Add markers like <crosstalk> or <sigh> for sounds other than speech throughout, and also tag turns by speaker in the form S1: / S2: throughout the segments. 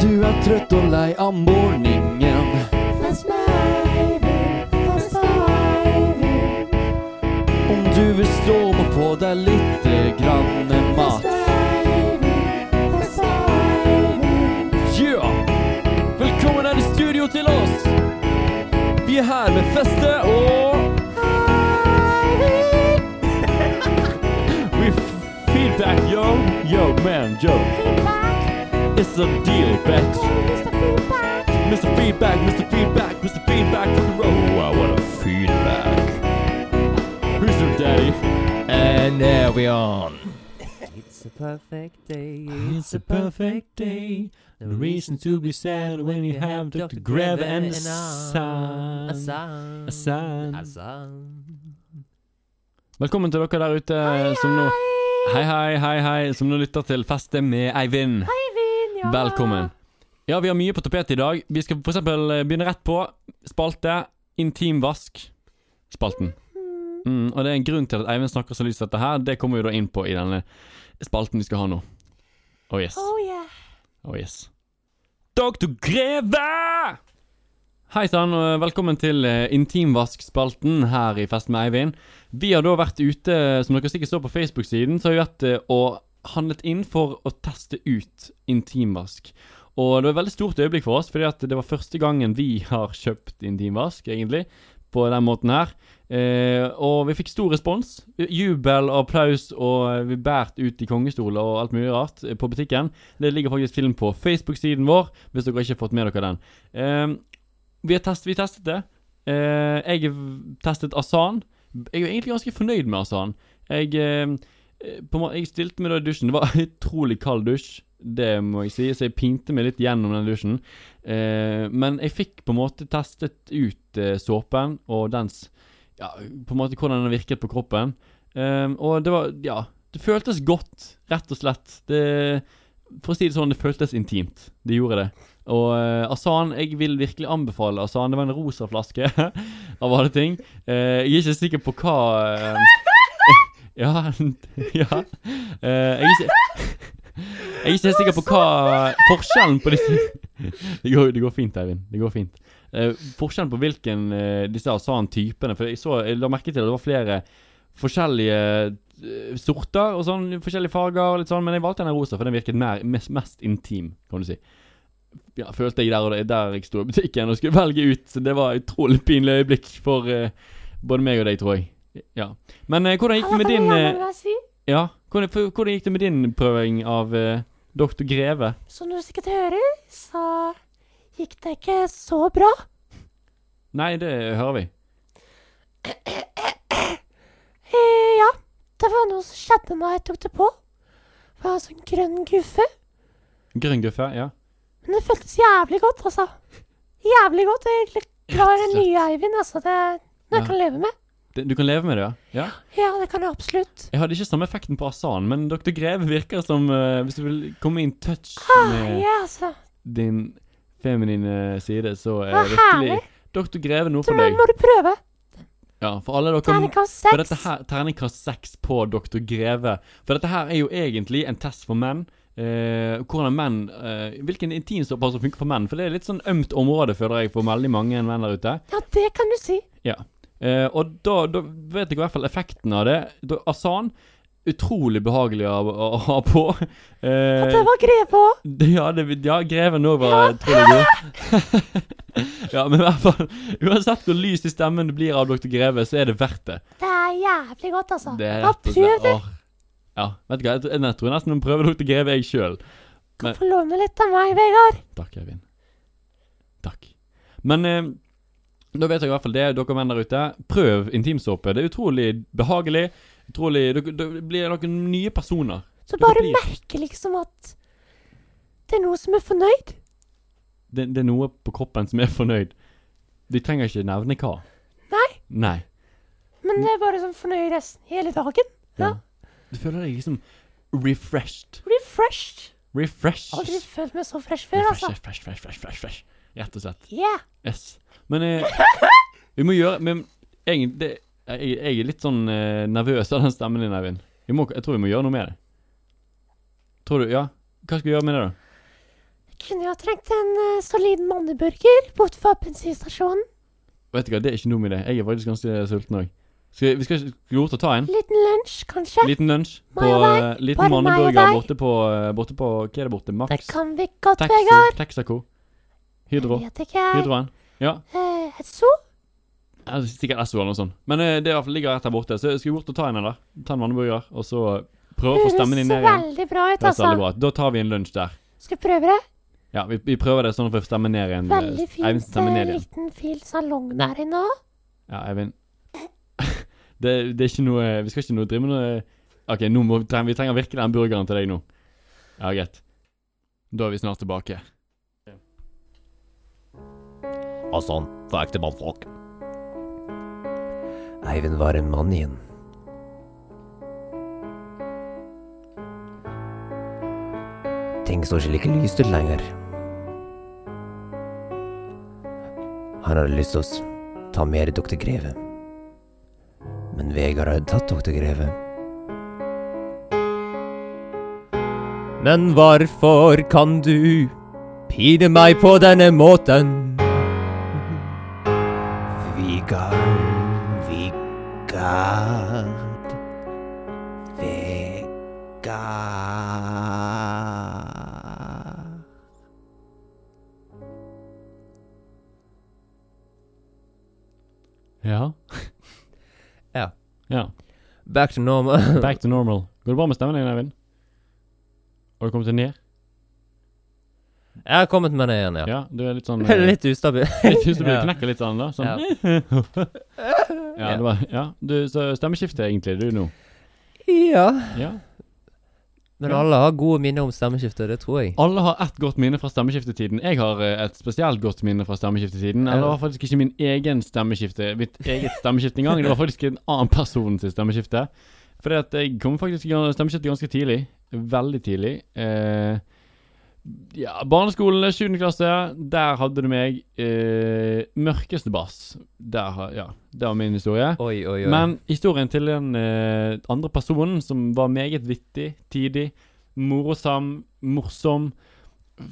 S1: trøtt og lei av morgenen. Om du vil stå, må få deg lite grann mat. Yeah! Velkommen her i studio til oss. Vi er her med Feste og We f- feedback, yo. Yo, man, yo. It's a deal, bitch. Mr. Feedback, Mr. Feedback, Mr. Feedback from the road. Wow, what a feedback. Who's your daddy?
S2: And there we are.
S3: It's a perfect day.
S1: It's a perfect day. No reason to be sad when you have Dr. Greve and a
S3: A
S1: son.
S3: sun.
S1: A
S3: A
S1: son.
S3: sun.
S1: Velkommen til dere der ute som nå Hei, hei, hei, hei, som nå lytter til Festet med Eivind. Velkommen. Ja, vi har mye på tapetet i dag. Vi skal for eksempel eh, begynne rett på spalte intimvask-spalten. Mm, og det er en grunn til at Eivind snakker så lyst om dette her. Det kommer vi da inn på i denne spalten vi skal ha nå. Oh yes.
S4: Oh yeah.
S1: Oh yes. Doktor Greve! Hei sann, og velkommen til eh, Intimvask-spalten her i Fest med Eivind. Vi har da vært ute, som dere sikkert så på Facebook-siden, så har vi vært eh, og handlet inn for å teste ut intimvask. Og det var et veldig stort øyeblikk for oss, fordi at det var første gangen vi <laughs> har kjøpt intimvask, egentlig, på den måten her. Eh, og vi fikk stor respons. Jubel og applaus, og vi bært ut i kongestol og alt mulig rart eh, på butikken. Det ligger faktisk film på Facebook-siden vår, hvis dere ikke har fått med dere den. Eh, vi, har test, vi testet det. Eh, jeg v- testet Asan. Jeg er egentlig ganske fornøyd med Asan. Jeg, eh, eh, på, en måte- jeg stilte meg da i dusjen. Det var en utrolig kald dusj, det må jeg si, så jeg pinte meg litt gjennom den dusjen. Eh, men jeg fikk på en måte testet ut eh, såpen og dens ja, på en måte hvordan den virket på kroppen. Eh, og det var Ja. Det føltes godt, rett og slett. Det for å si det sånn, det føltes intimt. Det gjorde det. Og eh, Asan, jeg vil virkelig anbefale Asan. Det var en rosa flaske <laughs> av alle ting. Eh, jeg er ikke sikker på hva eh, <laughs> Ja. <laughs> ja. Eh, jeg, er ikke, <laughs> jeg er ikke helt sikker på hva forskjellen på disse <laughs> det, går, det går fint, Eivind. Det går fint. Eh, forskjellen på hvilken eh, disse Asan-typene For jeg, så, jeg la merke til at det var flere forskjellige eh, sorter og sånn, forskjellige farger og litt sånn, men jeg valgte den rosa, for den virket mer, mest, mest intim, kan du si. Ja, følte jeg der og der, der jeg sto i butikken og skulle <laughs> velge ut, så det var et utrolig pinlig øyeblikk for eh, både meg og deg, tror jeg. Ja. Men eh, hvordan gikk det med din eh, Ja, hvordan, for, hvordan gikk det med din prøving av eh, Dr. Greve?
S4: Som du sikkert hører, så gikk det ikke så bra.
S1: Nei, det hører vi.
S4: Eh, ja, det var noe som skjedde når jeg tok det på. Det var en sånn grønn guffe.
S1: Grønn guffe, ja.
S4: Men det føltes jævlig godt, altså. Jævlig godt. Jeg er egentlig glad i
S1: Rett og
S4: den nye Eivind, altså. Det er noe jeg
S1: Ja.
S4: kan leve med.
S1: Det- Du kan leve med det, ja? ja?
S4: Ja, det kan jeg absolutt.
S1: Jeg hadde ikke samme effekten på Asan, men Dr. Greve virker som eh, Hvis du vil komme in touch
S4: Ja,
S1: med
S4: altså.
S1: din feminine side, så er
S4: Hva
S1: virkelig
S4: herlig.
S1: Dr. Greve noe
S4: Så
S1: for
S4: nå
S1: deg.
S4: må du prøve.
S1: Ja, for alle dere
S4: Terningkast
S1: For dette
S4: seks.
S1: her, terningkast seks på Dr. Greve. For dette her er jo egentlig en test for menn. Eh, hvordan menn eh, Hvilken intimsåpe som funker for menn. For det er litt sånn ømt område, føler jeg, for veldig mange menn der ute.
S4: Ja, det kan du si.
S1: Eh, og da, da vet jeg i hvert fall effekten av det. Da, Asan Utrolig behagelig å, å, å ha på. <laughs> Eh,
S4: At det var greve òg.
S1: det- Ja, det, ja greven òg var utrolig god. <laughs> ja, men i hvert fall Uansett hvor lys i stemmen det blir av Dr. Greve, så er det verdt det.
S4: Det er jævlig godt, altså.
S1: Det er
S4: Ja,
S1: rett og
S4: prøv
S1: slett
S4: det.
S1: åh. Ja, vet du hva, jeg tror- jeg tror nesten hun prøver Dr. Greve, jeg sjøl.
S4: Kan
S1: men-
S4: få låne litt av meg, Vegard.
S1: Takk, Eivind. Takk. Men eh, da vet jeg i hvert fall det, dere menn der ute. Prøv intimsåpe. Det er utrolig behagelig. Utrolig Dere dere blir noen nye personer.
S4: Så
S1: Det
S4: bare
S1: blir-
S4: merke liksom at det er noen som er fornøyd.
S1: det, det er noe på kroppen som er fornøyd. De trenger ikke nevne hva.
S4: Nei.
S1: Nei.
S4: Men det er bare sånn fornøyd resten hele dagen. Ja.
S1: Du føler deg liksom refreshed.
S4: Refreshed.
S1: Refreshed.
S4: Aldri følt meg så fresh før,
S1: Refresh,
S4: altså.
S1: fresh, fresh, fresh, fresh, fresh. Rett og slett.
S4: Yeah.
S1: Yes.
S4: <laughs>
S1: Men eh, vi må gjøre Men egentlig det, jeg, jeg er litt sånn eh, nervøs av den stemmen din, Eivind. Vi må- Jeg tror vi må gjøre noe med det. Tror du Ja. Hva skal vi gjøre med det, da?
S4: Kunne jo ha trengt en eh, solid manneburger bort fra bensinstasjonen.
S1: Vet du hva, det er ikke noe med det. Jeg er faktisk ganske sulten òg. Skal vi- vi skal ikke gå bort og ta en?
S4: Liten lunsj, kanskje.
S1: Liten lunsj på
S4: Meg og
S1: eh, Liten
S4: Bare meg og
S1: manneburger
S4: deg.
S1: borte på, eh, borte på Hva er det borte?
S4: Det
S1: Max?
S4: kan vi godt,
S1: Texo-
S4: Vegard.
S1: Texaco?
S4: Jeg
S1: Hydro?
S4: vet ikke. jeg.
S1: Hydroen? Ja.
S4: Eh, et so?
S1: Ja, det er Sikkert Esso eller noe sånt. Men eh, det er i hvert fall ligger rett her borte. Så skal vi bort og ta en eller? Ta en manneburger, og så eh, prøve å få stemmen din
S4: Høres
S1: ned igjen.
S4: veldig bra ut,
S1: Høres
S4: altså.
S1: veldig bra ut. Da tar vi en lunsj der.
S4: Skal vi prøve det?
S1: Ja, vi, vi prøver det sånn at vi får stemmen ned igjen. eh,
S4: Veldig
S1: Eivind
S4: fint.
S1: stemmer
S4: eh,
S1: ned igjen.
S4: liten fin salong der inne òg.
S1: Ja, Eivind. <laughs> Det, det er ikke noe eh, Vi skal ikke noe drive med noe OK, nå må, vi trenger- vi trenger virkelig den burgeren til deg nå. Ja, greit. Da er vi snart tilbake.
S2: Og sånn, for ekte mannfolk.
S3: Eivind var en mann igjen. Ting står ikke like lyst ut lenger. Han hadde lyst til å ta med doktor Greve. Men Vegard hadde tatt doktor Greve.
S2: Men hvorfor kan du pine meg på denne måten?
S3: Vigard, Vigard, Vegard.
S1: Ja.
S2: Ja.
S1: <laughs> Ja.
S2: Back to normal. <laughs>
S1: Back to normal. Går det bra med stemmen din, Eivind? Har du kommet deg ned?
S2: Jeg har kommet meg ned igjen, ja.
S1: Ja, du er litt sånn eh,
S2: Litt ustabil. <laughs>
S1: Jeg synes du
S2: Ja.
S1: knekker litt sånn, da. Sånn. <laughs> Ja, det var, ja. Du, så stemmeskifte egentlig, du nå.
S2: Ja.
S1: Ja.
S2: Men
S1: Ja.
S2: alle har gode minner om stemmeskiftet, det tror jeg.
S1: Alle har ett godt minne fra stemmeskiftetiden. Jeg har eh, et spesielt godt minne fra stemmeskiftetiden. Eller det var faktisk ikke min egen stemmeskifte, mitt eget stemmeskifte engang. Det var faktisk en annen person sitt stemmeskifte. Fordi at jeg kom faktisk i gang- stemmeskiftet ganske tidlig. Veldig tidlig. Eh, ja, barneskolen, 7. klasse. Der hadde du meg. Eh, mørkeste bass. Der, har- ja, det var min historie.
S2: Oi, oi, oi.
S1: Ah, Men historien til den eh, andre personen, som var meget vittig, tidig, morosam, morsom,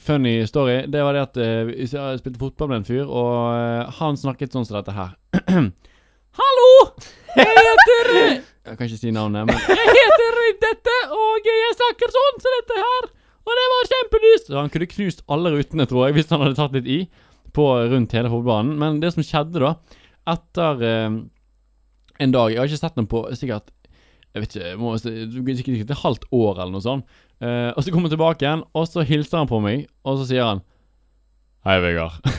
S1: funny story, det var det at eh, vi- jeg spilte fotball med en fyr, og eh, han snakket sånn som dette her. <clears throat> Hallo! Jeg heter Jeg kan ikke si navnet, men Jeg heter dette, og jeg snakker sånn som dette her. Og det var kjempelyst! Så Han kunne knust alle rutene, tror jeg, hvis han hadde tatt litt i på rundt hele fotballbanen. Men det som skjedde, da, etter eh, en dag Jeg har ikke sett den på sikkert Jeg vet ikke, jeg må, sikkert, sikkert et halvt år eller noe sånt. Eh, og så kommer han tilbake igjen, og så hilser han på meg, og så sier han Hei, Vegard.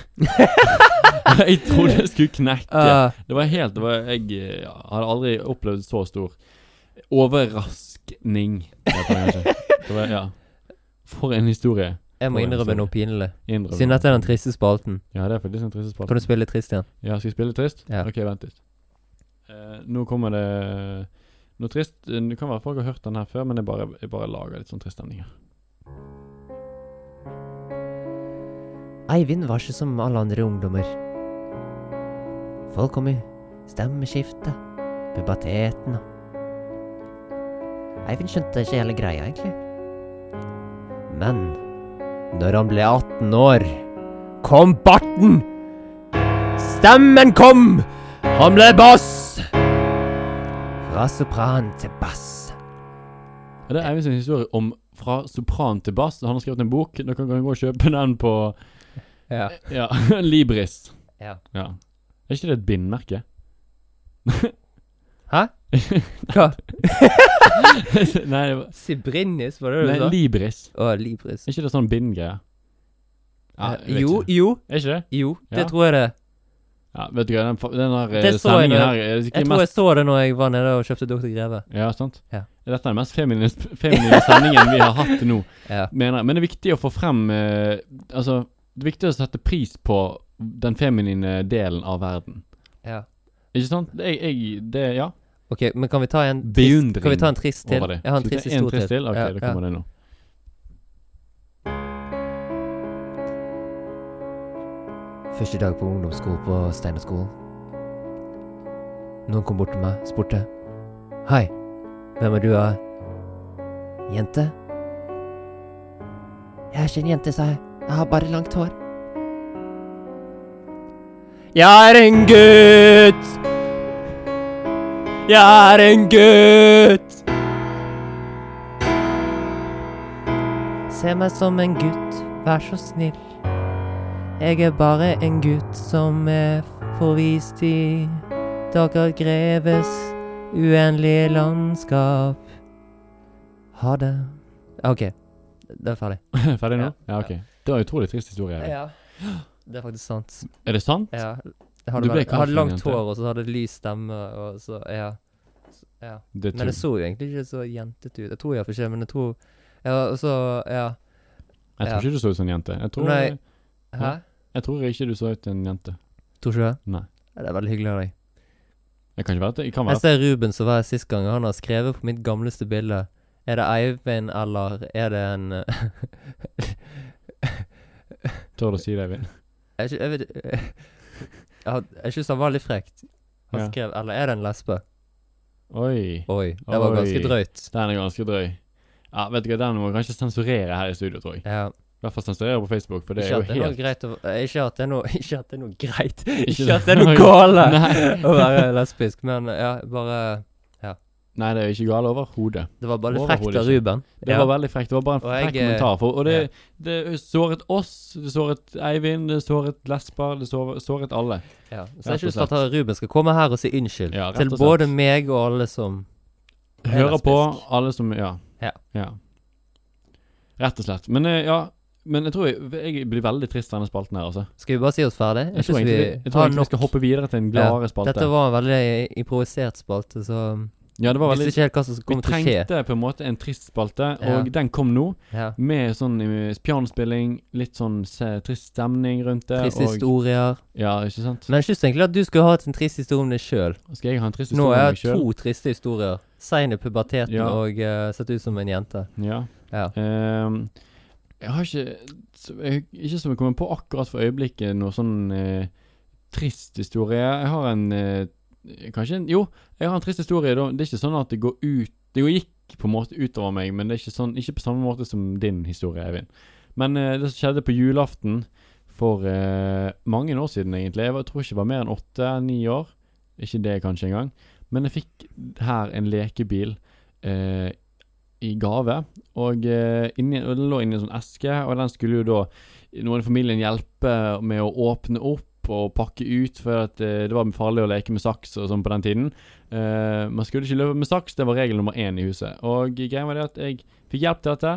S1: <laughs> jeg trodde jeg skulle knekke.
S2: Ah,
S1: Det var helt det var, Jeg eh, ja, hadde aldri opplevd så stor overraskning. Det var kanskje. Det var, ja. For en historie.
S2: jeg må
S1: Oi,
S2: innrømme
S1: sorry.
S2: noe pinlig.
S1: Indre
S2: Siden dette er den triste spalten.
S1: Ja, det er faktisk en trist spalte.
S2: Kan du spille litt trist igjen?
S1: Ja, skal jeg spille trist?
S2: Ja.
S1: Ok, vent litt. Eh, nå kommer det noe trist. Eh, Det kan være folk har hørt den her før, men jeg bare, jeg bare lager litt sånn trist stemning her.
S3: Eivind var ikke som alle andre ungdommer. Folk kom i stemmeskiftet, puberteten og Eivind skjønte ikke hele greia, egentlig. Men
S2: Når han ble 18 år, kom barten! Stemmen kom! Han ble bass!
S3: fra sopran til bass
S1: Og Det er Eivind sin historie om fra sopran til bass. Han har skrevet en bok. Dere kan gå og kjøpe den på
S2: Ja.
S1: ja, <laughs> Libris.
S2: Ja.
S1: Er ikke det et bindmerke? <laughs>
S2: Hva?
S1: Nei, det var,
S2: Sibrinnis, var det det
S1: nei,
S2: du sa?
S1: Libris.
S2: Å, Libris.
S1: Er ikke det sånn bindgreie? Ja, jeg vet
S2: Eh, jo,
S1: ikke.
S2: jo,
S1: Er ikke det?
S2: jo. Det
S1: Ja.
S2: tror jeg det.
S1: Ja, vet du hva, den, fa- den her eh,
S2: Det så jeg
S1: stemningen
S2: når-
S1: her er sikkert
S2: Jeg
S1: mest-
S2: tror jeg så det når jeg var nede og kjøpte Dr. Greve.
S1: Ja, sant?
S2: Ja.
S1: Dette er den mest feminine, feminine sendingen vi har hatt nå,
S2: <laughs> Ja.
S1: mener jeg. Men det er viktig å få frem eh, Altså, det er viktig å sette pris på den feminine delen av verden.
S2: Ja.
S1: Ikke sant? Jeg, jeg det, Ja.
S2: Ok, men kan vi ta en trist,
S1: Beundring
S2: kan vi ta en trist til?
S1: Over det.
S2: Jeg har en
S1: Skal vi
S2: trist
S1: ta
S2: historie
S1: trist til? Ok,
S2: Ja,
S1: da
S2: ja.
S1: kommer det nå. <laughs>
S3: Første dag på ungdomsskolen på Steinerskolen.
S2: Noen kom bort til meg, spurte Hei, hvem er du? Jeg,
S3: Jente? Jeg er ikke en jente, sa jeg.
S2: Jeg har bare langt hår. Jeg er en gutt. Jeg er en gutt. Se meg som en gutt, vær så snill. Jeg er bare en gutt som eh, er forvist i Dager Greves uendelige landskap. Ha det. OK. Det er ferdig.
S1: Ferdig nå? Ja, ok. Det var en utrolig trist historie. Eivind.
S2: Ja. <gasps> Det er faktisk sant.
S1: Er det sant?
S2: Ja. Jeg
S1: Du
S2: hadde,
S1: ble
S2: vel- jeg
S1: kalt for
S2: hadde
S1: en
S2: langt
S1: jente.
S2: hår, og så hadde jeg lys stemme, og så Ja. ja.
S1: Det
S2: Men
S1: tror-
S2: det så jo egentlig ikke så jentete ut. Jeg tror iallfall ikke, men jeg tror Ja, og så Ja.
S1: Jeg tror
S2: ja.
S1: ikke du så ut som en jente. Jeg tror,
S2: Nei. Hæ?
S1: Ja. Jeg tror ikke du så ut som en jente.
S2: Tror ikke det?
S1: Nei.
S2: Ja, Det er veldig hyggelig av deg.
S1: Jeg kan ikke være det. Jeg kan
S2: Jeg
S1: være
S2: ser Ruben som var her sist gang, og han har skrevet på mitt gamleste bilde. Er det Eivind, eller er det en <laughs>
S1: Tør du å si det, Eivind?
S2: Jeg, ikke- jeg vet Jeg, had- jeg syns han var litt frekt. Han
S1: Ja.
S2: skrev Eller er det en lesbe?
S1: Oi.
S2: Oi. Det var
S1: Oi.
S2: ganske drøyt.
S1: Den er ganske drøy. Ja, vet du hva, den må jeg kanskje sensurere her i studio, tror jeg.
S2: Ja.
S1: I hvert fall sensurere på Facebook, for det
S2: Ikke
S1: er jo
S2: at det er noe
S1: helt <laughs>
S2: greit å eh, Ikke at det er noe <laughs> Ikke at det er noe greit Ikke
S1: det-
S2: at det er noe gale å være lesbisk, men eh, ja, bare
S1: Nei, det er jo ikke galt overhodet.
S2: Det var bare litt frekt
S1: Overhodet
S2: av
S1: ikke.
S2: Ruben.
S1: Det var veldig frekt. Det var bare en
S2: Og jeg,
S1: frekk
S2: eh,
S1: kommentar. For, og det, det såret oss, det såret Eivind, det såret lesber, det såret, såret alle.
S2: ja.
S1: Rett
S2: Så jeg
S1: og
S2: syns at han- Ruben skal komme her og si unnskyld
S1: Ja, rett
S2: til
S1: og slett.
S2: både meg og alle som er
S1: Hører på
S2: lesbisk.
S1: alle som Ja.
S2: Ja.
S1: Rett og slett. Men eh, ja. Men jeg tror jeg, jeg blir veldig trist av denne spalten her, altså.
S2: Skal vi bare si oss ferdig?
S1: Jeg tror egentlig, jeg tror egentlig vi skal hoppe videre til en gladere spalte.
S2: Dette var en veldig improvisert spalte, så
S1: ja, det var
S2: Visste
S1: veldig
S2: ikke helt hva som
S1: Vi
S2: kom til å skje.
S1: trengte på en måte en trist spalte, og
S2: Ja.
S1: den kom nå.
S2: Ja.
S1: Med sånn eh, pianospilling, litt sånn se, trist stemning rundt det.
S2: Triste
S1: og-
S2: historier.
S1: Ja, ikke sant?
S2: Men jeg syns egentlig at du skulle hatt en trist historie om deg sjøl.
S1: Skal jeg ha en trist
S2: Nå
S1: historie
S2: er
S1: om meg
S2: jeg
S1: sjøl?
S2: to triste historier. Sein i puberteten
S1: Ja.
S2: og eh, sett ut som en jente.
S1: Ja.
S2: Ja.
S1: Ehm, jeg har ikke så- jeg, Ikke som jeg kommer på akkurat for øyeblikket, noe sånn eh, trist historie. Jeg har en eh, Kanskje en Jo, jeg har en trist historie. Da. Det er ikke sånn at det går ut Det går- gikk på en måte utover meg, men det er ikke, sånn, ikke på samme måte som din historie, Eivind. Men eh, det som skjedde på julaften for eh, mange år siden, egentlig Jeg var, tror ikke jeg var mer enn åtte-ni år. Ikke det kanskje engang. Men jeg fikk her en lekebil eh, i gave. Og, eh, inni, og den lå inni en sånn eske, og den skulle jo da noen i familien hjelpe med å åpne opp og pakke ut, for at eh, det var farlig å leke med saks og sånn på den tiden. Eh, man skulle ikke løpe med saks, det var regel nummer én i huset. Og greia var det at jeg fikk hjelp til dette.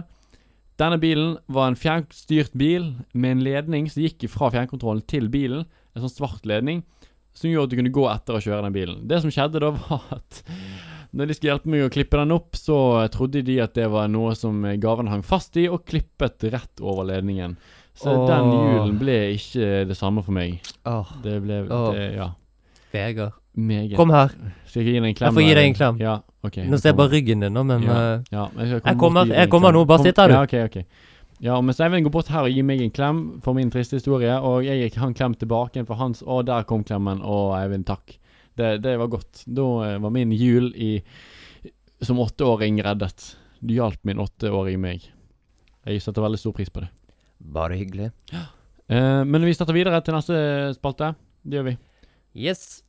S1: Denne bilen var en fjernstyrt bil med en ledning som gikk fra fjernkontrollen til bilen. En sånn svart ledning som gjorde at du kunne gå etter og kjøre den bilen. Det som skjedde da, var at når de skulle hjelpe meg å klippe den opp, så trodde de at det var noe som gaven hang fast i, og klippet rett over ledningen. Så
S2: Åh.
S1: den julen ble ikke det samme for meg.
S2: Åh,
S1: Det ble
S2: Åh.
S1: det, Ja.
S2: Vegard.
S1: Meget.
S2: Kom her.
S1: Skal jeg gi deg en klem?
S2: Jeg får gi
S1: eller?
S2: deg en klem.
S1: Ja, ok.
S2: Nå ser jeg bare ryggen din, nå, men
S1: Ja.
S2: eh,
S1: Ja, men jeg, skal komme
S2: Jeg kommer-
S1: bort og gi deg
S2: jeg
S1: en
S2: kommer
S1: klem.
S2: nå, bare
S1: Kom-
S2: sitt her, du.
S1: Ja, ok, ok. Ja, mens Eivind går bort her og gir meg en klem for min triste historie, og jeg gikk han klem tilbake igjen for hans, og der kom klemmen, og Eivind, takk. Det, det var godt. Da eh, var min jul i, som åtteåring reddet. Du hjalp min åtteåring meg. Jeg setter veldig stor pris på det.
S3: Bare hyggelig.
S1: Eh, men vi starter videre til neste spalte. Det gjør vi.
S2: Yes.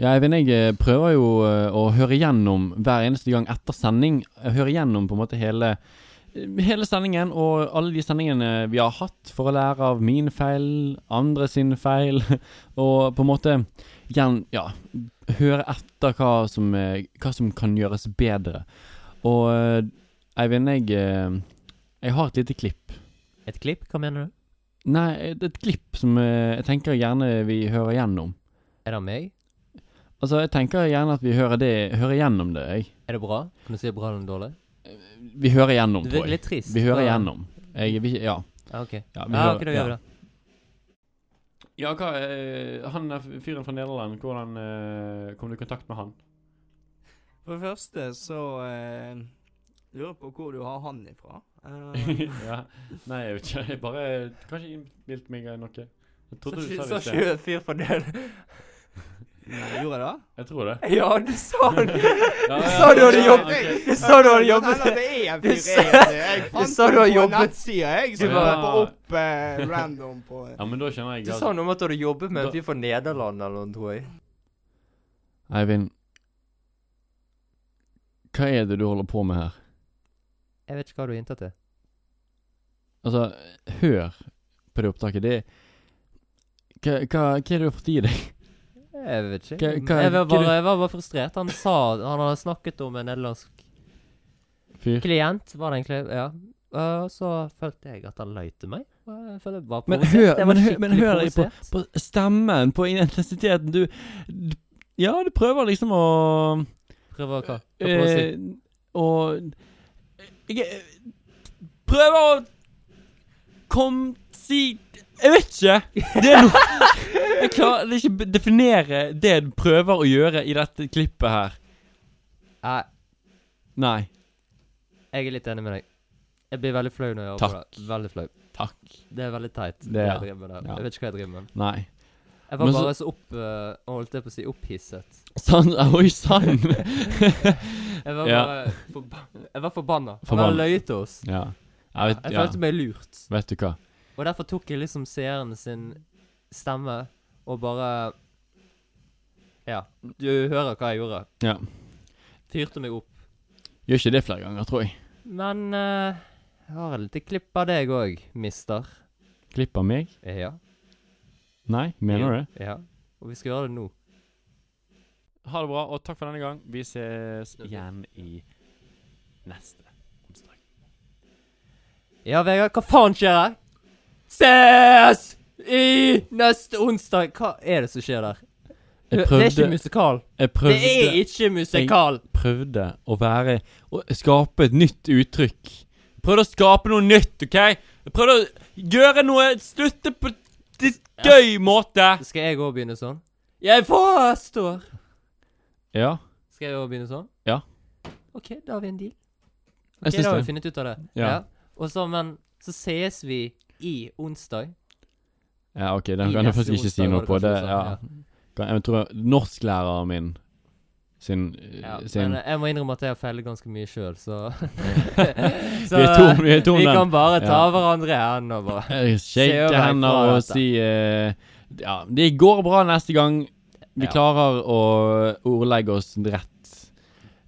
S1: Ja, Eivind, jeg eh, prøver jo eh, å høre gjennom hver eneste gang etter sending. eh, Høre gjennom på en måte hele, eh, hele sendingen og alle de sendingene vi har hatt, for å lære av mine feil, andre sine feil, <laughs> og på en måte gjen, ja, høre etter hva som, eh, hva som kan gjøres bedre. Og eh, Eivind, jeg, eh, jeg har et lite klipp.
S2: Et klipp? Hva mener du?
S1: Nei, et, et klipp som eh, jeg tenker gjerne vi hører gjennom.
S2: Er det meg?
S1: Altså, jeg tenker gjerne at vi hører, det, hører gjennom det, jeg.
S2: Er det bra? Kan du si bra eller dårlig?
S1: Vi hører gjennom,
S2: Du
S1: tror
S2: virker
S1: jeg.
S2: litt trist.
S1: Vi hører
S2: Ja.
S1: gjennom. Jeg, vi, ja.
S2: Ja, OK.
S1: Ja, vi
S2: Ja,
S1: hører-
S2: ok, da gjør
S1: ja.
S2: vi det.
S1: Ja, hva eh, Han er fyren fra Nederland. Hvordan eh, kom du i kontakt med han?
S5: For det første så eh, lurer jeg på hvor du har han ifra. Eh,
S1: ja. Nei, jeg vet ikke. Jeg <laughs> bare Kanskje innbilte meg noe. Jeg
S5: så
S1: trodde du
S5: sky-
S1: sa
S5: så
S1: det i sted.
S5: sky- fyr for det. Nei, eh, Gjorde jeg det?
S1: Jeg tror det. <laughs>
S6: Ja, du sa det!
S1: Ja,
S6: Du
S1: ja,
S6: sa du hadde
S1: ja,
S6: jobbet!
S1: ok.
S6: Du <laughs> sa du hadde jobbet!
S5: Nei, nei, det er en
S6: <laughs> Du
S5: fyr,
S6: sa-
S5: egentlig. Jeg fant
S6: sa du
S5: den
S6: har
S5: på
S6: jobbet.
S5: nettsida, jeg, så
S1: Du
S5: jeg
S1: bare-
S5: bare opp eh, random på
S1: Ja, men da kjenner jeg
S6: Du sa noe om at du hadde jobbet med en fyr fra Nederland eller noe, tror jeg.
S1: Eivind, hva er det du holder på med her?
S2: Jeg vet ikke hva du hinter til.
S1: Altså, hør på det opptaket. Det Hva, hva, hva er det du har fått i deg?
S2: Jeg vet ikke.
S1: Hva- hva-
S2: jeg, var
S1: hva
S2: bare,
S1: du-
S2: jeg var bare frustrert. Han sa Han hadde snakket om en nederlandsk
S1: Fyr.
S2: klient, var det egentlig. Ja. Og så følte jeg at han løy til meg. Og Jeg følte jeg var
S1: Men
S2: provosert.
S1: hør- men
S2: Jeg var
S1: hør- men
S2: skikkelig
S1: hør deg på-
S2: provosert.
S1: På stemmen, på intensiteten. Du, du Ja, du prøver liksom å
S2: Prøver å hva? Hva prøver å si?
S1: eh, Å Jeg eh, prøver å Kom Si Jeg vet ikke. Det er noe Jeg klarer ikke å definere det du prøver å gjøre i dette klippet her.
S2: Nei,
S1: Nei.
S2: jeg er litt enig med deg. Jeg blir veldig flau når jeg hører på det. Veldig flau.
S1: Takk.
S2: Det er veldig teit.
S1: Det, ja.
S2: Jeg, driver med det.
S1: Ja.
S2: jeg vet ikke hva jeg driver med.
S1: Nei.
S2: Jeg var
S1: Men så-
S2: bare så opp eh, Holdt jeg på å si opphisset.
S1: Sann Oi sann!
S2: Jeg var
S1: Ja.
S2: bare forba Jeg var forbanna. Han
S1: Forbanna.
S2: hadde løyet til oss.
S1: ja. Jeg vet,
S2: Jeg
S1: ja.
S2: følte meg lurt.
S1: vet du hva?
S2: Og derfor tok jeg liksom seeren sin stemme og bare Ja. Du hører hva jeg gjorde.
S1: Ja.
S2: Fyrte meg opp.
S1: Gjør ikke det flere ganger, tror jeg.
S2: Men eh, jeg har et lite klipp av deg òg, mister.
S1: Klipper meg?
S2: Ja.
S1: Nei, mener du det?
S2: Ja. Og vi skal gjøre det nå.
S1: Ha det bra, og takk for denne gang. Vi ses igjen i neste onsdag.
S2: Ja, Vegard, hva faen skjer her? Ses i neste onsdag! Hva er det som skjer der?
S1: Jeg
S2: Det er ikke
S1: prøvde,
S2: musikal.
S1: jeg
S2: Det er
S1: prøvde,
S2: ikke musikal.
S1: prøvde å være Å skape et nytt uttrykk. Prøvde å skape noe nytt, OK? Jeg prøvde å gjøre noe Slutte på en gøy måte.
S2: Skal jeg òg begynne sånn? Jeg forstår.
S1: Ja,
S2: Skal jeg òg begynne sånn?
S1: Ja.
S2: OK, da har vi en deal.
S1: jeg
S2: Ok, da har
S1: syns
S2: vi
S1: det.
S2: funnet ut av det.
S1: Ja.
S2: Og så, men så ses vi i onsdag.
S1: Ja, OK, den
S2: I
S1: kan jeg
S2: neste
S1: faktisk ikke si
S2: onsdag
S1: noe
S2: var det
S1: på. Det,
S2: kanskje sånn,
S1: ja.
S2: også,
S1: Kan- Jeg tror norsklæreren min sin,
S2: Ja,
S1: sin
S2: men eh, jeg må innrømme at jeg har feilet ganske mye sjøl, så
S1: <laughs>
S2: Så
S1: Vi er to, vi er to
S2: vi
S1: menn.
S2: kan bare ta
S1: Ja.
S2: hverandre i hendene og bare
S1: Eh,
S2: Se
S1: Shake
S2: vekk fra
S1: hender og
S2: dette.
S1: si eh, Ja, det går bra neste gang. Vi
S2: Ja.
S1: klarer å ordlegge oss rett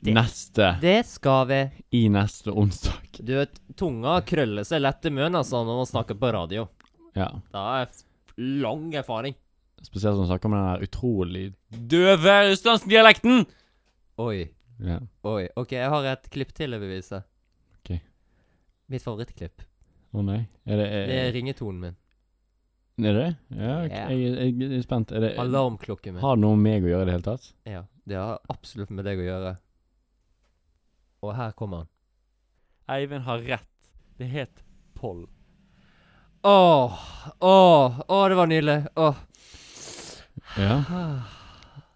S2: Det-
S1: neste
S2: Det skal vi.
S1: i neste onsdag.
S2: Du vet, tunga krøller seg lett i munnen altså, når man snakker på radio.
S1: Ja.
S2: Det er f- lang erfaring.
S1: Spesielt når vi snakker om den der utrolig døve østlandsdialekten.
S2: Oi,
S1: Ja.
S2: oi. OK, jeg har et klipp til jeg vil vise.
S1: Ok.
S2: Mitt favorittklipp.
S1: Å nei. Er det er,
S2: Det er ringetonen min.
S1: er det? Ja, ok.
S2: Ja.
S1: jeg, jeg er spent. Er det,
S2: Alarmklokken min.
S1: har det noe med meg å gjøre i det hele tatt?
S2: Ja, det har absolutt med deg å gjøre. Og her kommer han.
S1: Eivind har rett. Det er helt poll.
S2: Åh, åh, åh, det var nydelig. Åh,
S1: Ja.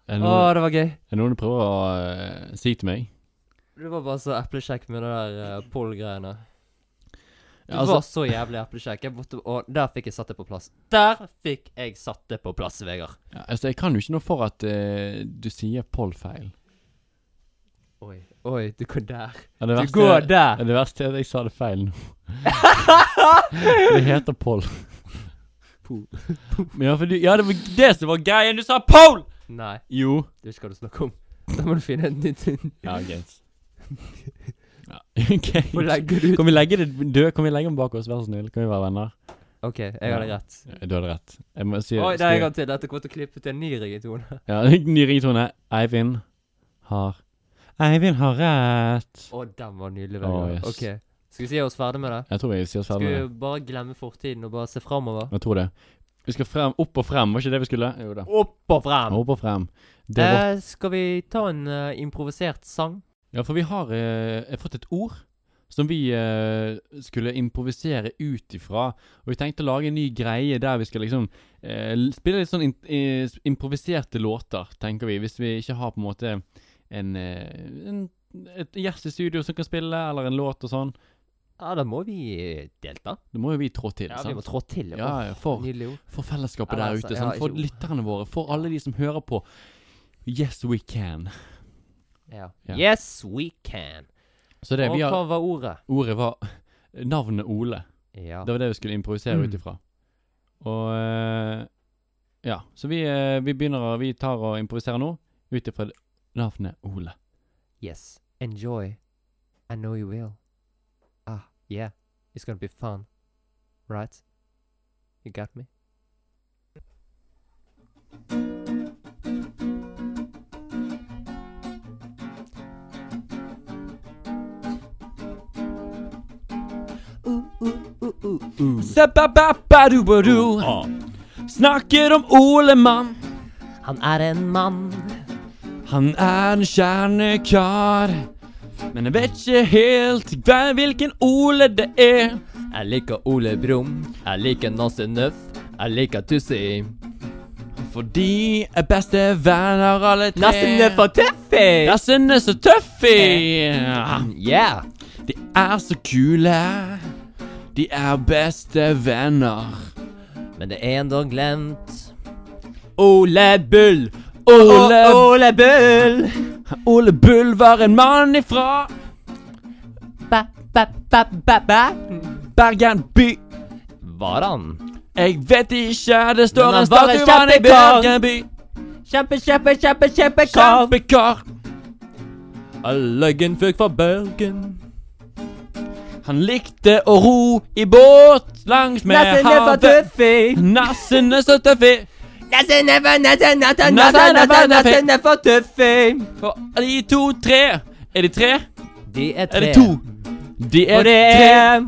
S1: Er det
S2: åh,
S1: noe,
S2: det var gøy.
S1: er det noe du prøver å eh, si til meg?
S2: Du var bare så eplekjekk med det der uh, Pål-greiene. Du
S1: Ja, altså-
S2: var så jævlig eplekjekk. Jeg måtte, og der fikk jeg satt det på plass. Der fikk jeg satt det på plass, Vegard.
S1: Ja, altså, jeg kan jo ikke noe for at eh, du sier poll feil.
S2: Oi, oi, du går der.
S1: Ja, det
S2: Du
S1: verste-
S2: går der.
S1: Ja, det verste er at jeg sa det
S2: <laughs>
S1: feil nå. det heter poll. Men ja, for du, ja, det var det som var greien. Du sa poll!
S2: Nei,
S1: Jo.
S2: det vet ikke hva du snakker om. Da må du finne et nytt
S1: Ja, <laughs> greit. Ja, ok.
S2: Hvor legger du ut?
S1: Kan vi legge det død? Kan vi legge den bak oss, vær så snill? Kan vi være venner?
S2: OK, jeg hadde rett.
S1: Du hadde rett. Jeg må si
S2: Oi,
S1: skal
S2: der er
S1: jeg-
S2: en gang til. Dette kommer til å klippe til en ny ringetone.
S1: Ja, <laughs> ny ringtone. Eivind har Eivind har rett.
S2: Å, den var nydelig,
S1: Å,
S2: Vegard.
S1: yes.
S2: OK. Skal vi si oss ferdig med det?
S1: Jeg tror vi sier oss ferdig
S2: Skal
S1: med det.
S2: vi bare glemme fortiden og bare se framover?
S1: Jeg tror det. Vi skal frem, opp og frem, var ikke det vi skulle? Jo da.
S2: Opp og frem!
S1: Opp og frem. Det er vårt.
S2: Eh, skal vi ta en eh, improvisert sang?
S1: Ja, for vi har eh, jeg har fått et ord som vi eh, skulle improvisere ut ifra. Og vi tenkte å lage en ny greie der vi skal liksom eh, l- spille litt sånn in, eh, improviserte låter, tenker vi. Hvis vi ikke har på en måte en, eh, en et gjest i studio som kan spille, eller en låt og sånn.
S2: Ja, da må vi delta.
S1: Da må jo vi trå til,
S2: Ja, vi må
S1: sant?
S2: trå til.
S1: Ja,
S2: Åh,
S1: ja, for-
S2: Nydelig ord.
S1: For fellesskapet
S2: Ja,
S1: der
S2: altså,
S1: ute,
S2: ja,
S1: sant? for
S2: ikke-
S1: lytterne våre, for alle de som hører på. Yes, we can.
S2: Ja.
S1: Ja.
S2: Yes, we can.
S1: Så det
S2: Og
S1: vi
S2: hva
S1: har
S2: var ordet?
S1: Ordet var navnet Ole.
S2: Ja.
S1: Det var det vi skulle improvisere
S2: Mm.
S1: ut ifra. Og eh, Ja. Så vi, eh, vi begynner å Vi tar og improviserer nå ut ifra navnet Ole.
S2: Yes. Enjoy. I know you will. Ah, yeah. It's gonna be fun. Right? You got me?
S1: Zabababadubaru. Snakker om Ole, mann.
S2: Han er en mann.
S1: Han er en kjernekar. Men jeg vet ikke helt hver- hvilken Ole det er.
S2: Jeg liker Ole Brumm. Jeg liker Nasse Nøff. Jeg liker Tussi.
S1: For de er beste venner alle tre.
S2: og Tøffi!
S1: Nasse Nøff og Tøffi.
S2: Yeah!
S1: De er så kule. De er beste venner.
S2: Men det er enda glemt.
S1: Ole Bull. Ole,
S2: Ole Bull!
S1: Ole Bull var en mann ifra
S2: Ba, ba, ba, ba, ba.
S1: Bergen by.
S2: Var han?
S1: Jeg vet ikke, det
S2: Men
S1: står en
S2: han var en
S1: statue av han i
S2: kjempekar.
S1: Bergen by.
S2: Kjempe, kjempe, kjempe, kjempe
S1: Kjempekar.
S2: Løggen fikk fra Bergen.
S1: Han likte å ro i båt langs med
S2: Nasse Nøff og
S1: havet.
S2: Tøffi.
S1: Nassene så tøffi,
S2: Nasse Nøff og Nasse Nøff og
S1: Nasse
S2: Nasse
S1: Nøff
S2: Nøff
S1: og
S2: og Nasse Nøff og Tøffi.
S1: for de to tre Er de tre?
S2: De er tre.
S1: Er de to? De er
S2: Og det
S1: tre.
S2: er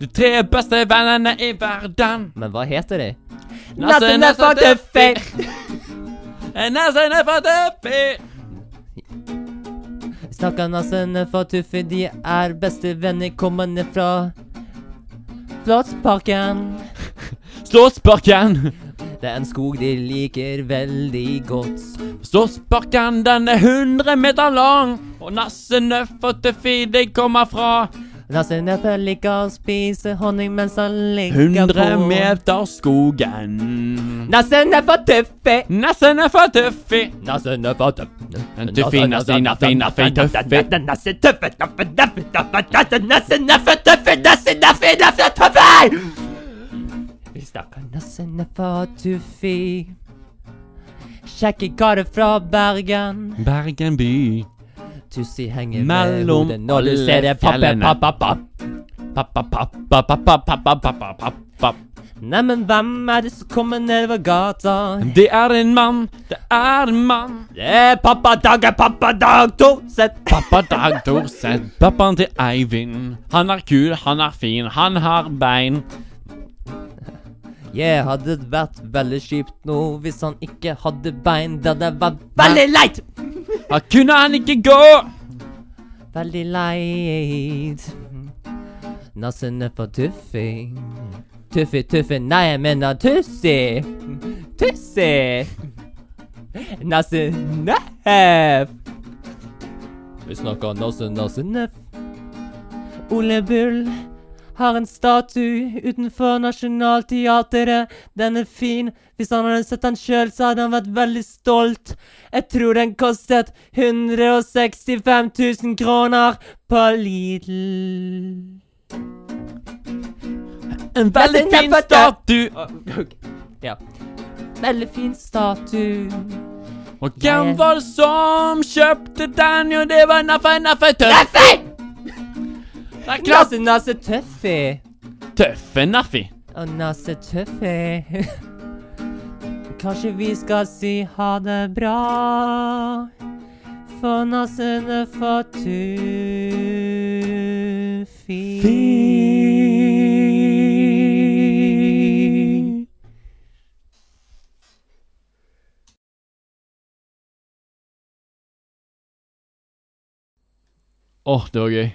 S1: De tre beste vennene i verden.
S2: Men hva heter de?
S1: Nasse Nøff og Tøffi. Nassene for tøffi.
S2: Snakker nassene fra Tuffi, de er bestevenner kommende fra Slottsparken.
S1: Slåssparken.
S2: Det er en skog de liker veldig godt.
S1: Slåssparken, den er 100 meter lang. Og Nasse Nøff og Tøffi, de kommer fra
S2: Nassenøffe liker å spise honning mens han ligger på
S1: 100 meter skogen.
S2: Nassenøffe og Tuffi.
S1: Nasse Nøff og Tuffi.
S2: Nassenøffe og Tuffi.
S1: Tuffi, Nasse, Naffi, Naffi, Tuffi.
S2: Nassenøffe, Tuffi, Tuffi, Tuffi, Tuffi, Nassenøffe, Tuffi, Nassenøffe, Tuffi, Tuffi! Vi snakker Nassenøffe og Tuffi. Kjekke karer fra Bergen.
S1: Bergen by.
S2: Tussi henger med
S1: Mellom
S2: hodet når du
S1: alle
S2: ser det pappe,
S1: fjellene.
S2: papp, papp, papp.
S1: Pappa, pappa, pappa, pappa, pappa, pappa.
S2: Neimen, hvem er det som kommer nedover gata?
S1: Det er en mann, det er en mann.
S2: Det er pappa dag, er pappa dag to, sett
S1: Pappa Dag Thorseth, pappaen til Eivind. Han er kul, han er fin, han har bein.
S2: Jeg hadde vært veldig kjipt nå hvis han ikke hadde bein. Det hadde vært veldig leit!
S1: Da kunne han ikke gå.
S2: Veldig leit. Mm-hmm. Nassen er for Tuffi. Tuffi, Tuffi, nei, jeg mener Tussi. Tussi. Nassenøff. Vi snakker nassenøff. Ole Bull har en statue utenfor Nationaltheatret. Den er fin. Hvis han hadde sett den sjøl, så hadde han vært veldig stolt. Jeg tror den kostet 165 000 kroner på Lidl.
S1: En veldig
S2: Dette er
S1: fin
S2: for deg.
S1: statue.
S2: Ja. Veldig fin statue.
S1: Og hvem var det som kjøpte den? Jo, det var Naffe Naffe Tøff. Det er klart
S2: Klasse Nasse Tøffi.
S1: Tøffe Naffi.
S2: Og Nasse Tøffi. <laughs> Kanskje vi skal si ha det bra. For nassene for Tuffi.
S1: Åh, det var gøy.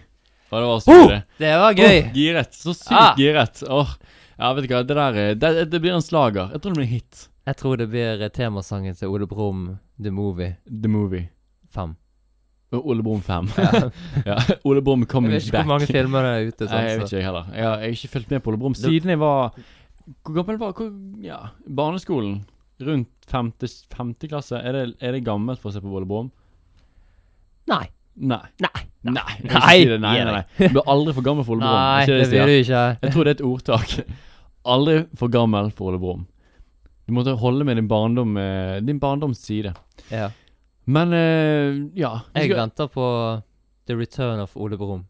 S1: Åh, det var så
S2: Oh!
S1: gøy.
S2: Det var
S1: Åh, giret. Så sykt
S2: Ah.
S1: giret. Åh, ja, vet du hva. Det der er- det, det blir en slager. Jeg tror det blir en hit.
S2: Jeg tror det blir temasangen til Ole Brumm, The Movie
S1: The Movie.
S2: 5.
S1: Og Ole Brumm 5. <laughs> ja. Ole Brumm
S2: Jeg
S1: coming
S2: vet ikke
S1: back.
S2: hvor mange filmer det er ute.
S1: Nei, jeg
S2: Sånn,
S1: vet
S2: så.
S1: ikke jeg heller. Jeg har, jeg har ikke fulgt med på Ole Brumm siden jeg var Hvor gammel var Hvor, Ja, barneskolen. rundt femte, femte klasse, er det, er det gammelt for å se på volleyball?
S2: Nei.
S1: Nei.
S2: Nei.
S1: Nei, jeg vil ikke si det. nei, nei, nei. Du blir aldri for gammel for volleyball.
S2: Nei,
S1: Ikke
S2: det
S1: sier.
S2: blir du ikke.
S1: Jeg tror det er et ordtak. Aldri for gammel for Ole Brumm. Du måtte holde med din, barndom, eh, din barndoms side.
S2: Ja.
S1: Men eh, ja vi
S2: Jeg
S1: skal-
S2: venter på The Return of Ole Brumm.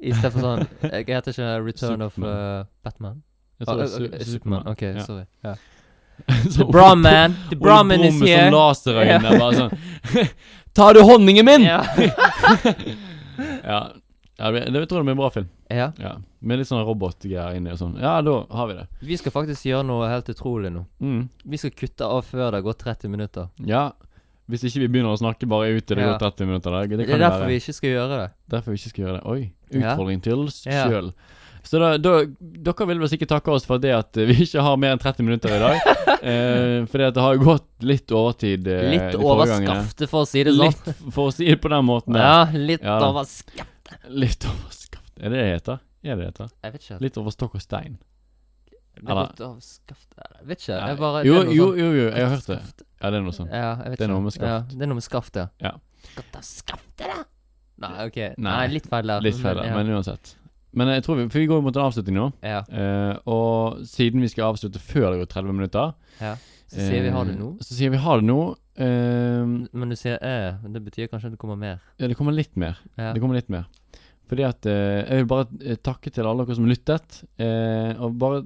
S2: I stedet
S1: <laughs>
S2: for sånn Jeg heter ikke Return of uh, Batman.
S1: jeg tror det
S2: Ah,
S1: er
S2: ok,
S1: Su-
S2: Superman. OK,
S1: Ja.
S2: sorry. <laughs>
S1: Så Ole-
S2: Brahman. The
S1: Ole
S2: Brahman
S1: Brumm
S2: is
S1: med
S2: here.
S1: Sånn laserøyne, bare sånn
S2: <laughs>
S1: Tar du honningen min?! Ja.
S2: Ja.
S1: Ja, det det tror jeg blir en bra film.
S2: ja.
S1: Ja. Med litt sånn robotgreier inni og sånn. Ja, da har vi det.
S2: Vi skal faktisk gjøre noe helt utrolig nå.
S1: Mm.
S2: Vi skal kutte av før det har gått 30 minutter.
S1: Ja. Hvis ikke vi begynner å snakke bare ut til det
S2: Ja.
S1: går 30 minutter. Det, det,
S2: Det,
S1: kan
S2: er
S1: jo
S2: derfor
S1: være.
S2: vi ikke skal gjøre det.
S1: Derfor vi ikke skal gjøre det. Oi.
S2: Ja.
S1: Utfordring til oss
S2: Ja.
S1: sjøl. Så da, da, dere vil vel sikkert takke oss for det at vi ikke har mer enn 30 minutter i
S2: <laughs>
S1: dag. eh, fordi at det har jo gått litt overtid eh,
S2: Litt
S1: de forrige gangene.
S2: overskafte, for å si det sånn.
S1: Litt, for å si det på den måten. der.
S2: Ja, litt
S1: Ja da.
S2: overskaft.
S1: Litt overskaft. Er det det det heter? Er det det heter?
S2: Jeg vet ikke.
S1: Litt over stokk og stein.
S2: Litt
S1: eller-
S2: overskaft Jeg vet ikke.
S1: Ja.
S2: Jeg bare
S1: jo,
S2: det er noe
S1: jo,
S2: sånn-
S1: jo, jo, jeg har hørt det. Ja, det er noe sånn. sånt.
S2: Ja, jeg vet
S1: Det er
S2: ikke.
S1: noe med skaft.
S2: Ja, det er noe med skaft, ja.
S1: Ja.
S2: Skaft av skaft, det da! Nei, OK. Nei,
S1: Nei.
S2: litt feil der.
S1: Litt feil, da,
S2: ja.
S1: men uansett. Men jeg tror vi, for vi går mot en avslutning nå.
S2: ja.
S1: eh, og siden vi skal avslutte før det går 30 minutter
S2: Så sier vi ha det
S1: eh,
S2: nå.
S1: Så sier vi ha det nå. Eh,
S2: Men du sier eh, det betyr kanskje det kommer mer.
S1: Ja, det kommer litt mer.
S2: Ja.
S1: Det kommer litt mer. Fordi at eh, Jeg vil bare eh, takke til alle dere som lyttet, eh, og bare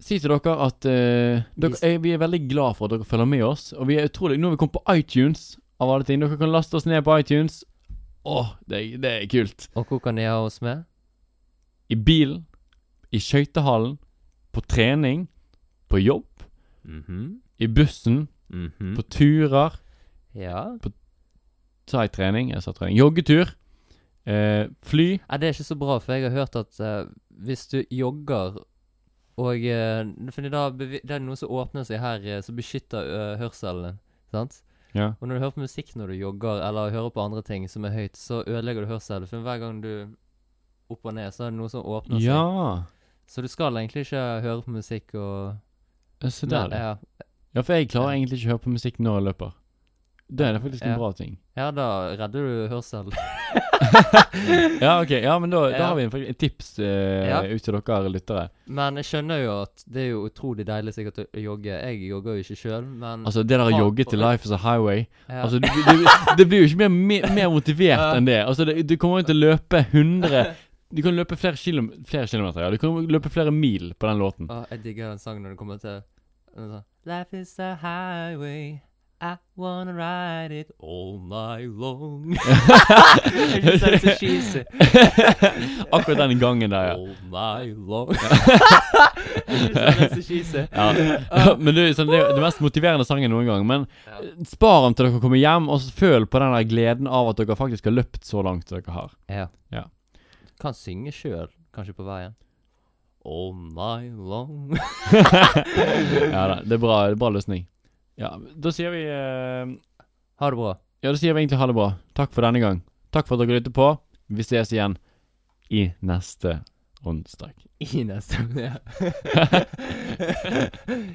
S1: Si til dere at eh, dere,
S2: Hvis-
S1: eh, vi er veldig glad for at dere følger med oss. Og vi er utrolig Nå har vi kommet på iTunes, av alle ting. Dere kan laste oss ned på iTunes. Åh, det, er- det er kult.
S2: Og hvor kan de ha oss med?
S1: I bilen, i skøytehallen, på trening, på jobb, i bussen,
S2: Mm.
S1: på turer.
S2: Ja.
S1: Ta i trening, jeg sa trening. Joggetur. Eh, fly.
S2: Nei, det er ikke så bra, for jeg har hørt at eh, hvis du jogger og eh, Fordi da bevi- det er noe som åpner seg her, eh, som beskytter eh, hørselen. Sant?
S1: Ja.
S2: Og når du hører på musikk når du jogger, eller hører på andre ting som er høyt, så ødelegger du hørselen. For hver gang du opp og ned, så er det noe som åpner seg.
S1: Ja.
S2: Så du skal egentlig ikke høre på musikk og
S1: Se der,
S2: Men,
S1: det.
S2: ja.
S1: Ja, for jeg klarer
S2: Ja.
S1: egentlig ikke å høre på musikk når jeg løper. Det er det faktisk en
S2: Ja.
S1: bra ting.
S2: ja, da redder du hørselen.
S1: Ja, ok, ja, men da,
S2: Ja.
S1: da har vi en, fakt- et tips eh,
S2: Ja. Mm.
S1: ut til dere lyttere.
S2: Men jeg skjønner jo at det er jo utrolig deilig sikkert å å jogge. Jeg jogger jo ikke sjøl, men
S1: Altså, det der å
S2: Ah,
S1: jogge til
S2: ok.
S1: Life is a Highway
S2: ja.
S1: Altså, du, du, Det blir jo ikke mer, mer, mer motivert
S2: Ja.
S1: enn det. Altså, det, Du kommer jo til å løpe
S2: <laughs>
S1: 100 Du kan løpe flere, kilo, flere kilometer, ja. Du kan løpe flere mil på den låten.
S2: Å, jeg digger den sangen når det kommer til den sånn, Life is a highway I wanna ride it all
S1: <laughs>
S2: night long Jeg synes det er så cheesy
S1: Akkurat den gangen der, ja.
S2: All night
S1: <laughs>
S2: long Jeg synes det er så cheesy
S1: Ja. <laughs> Ja, men du, sånn, det er jo den mest motiverende sangen noen gang. Men
S2: Ja.
S1: eh, spar den til dere kommer hjem, og så føl på den der gleden av at dere faktisk har løpt så langt som dere har.
S2: Ja.
S1: Ja.
S2: Kan synge selv, kanskje på veien All night long
S1: Ja da, det er bra, det er bra løsning. Ja, da sier vi eh,
S2: Ha det bra
S1: Ja, da sier vi egentlig ha det bra. Takk for denne gang. Takk for at dere lytter på. Vi ses igjen i neste onsdag.
S2: I neste ja.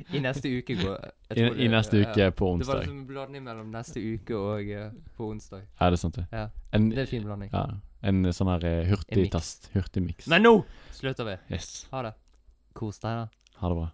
S2: I neste uke går jeg
S1: I,
S2: tror
S1: i
S2: det-
S1: neste
S2: ja.
S1: uke på
S2: Det var
S1: onsdag.
S2: liksom en blanding mellom neste uke og eh, på onsdag.
S1: Er det sant, det?
S2: Ja.
S1: En,
S2: Det er en fin blanding.
S1: ja, en sånn her eh,
S2: En miks.
S1: hurtigtast. Hurtigmiks.
S2: Men nå slutter vi.
S1: Yes.
S2: Ha det. Kos deg, da.
S1: Ha det bra.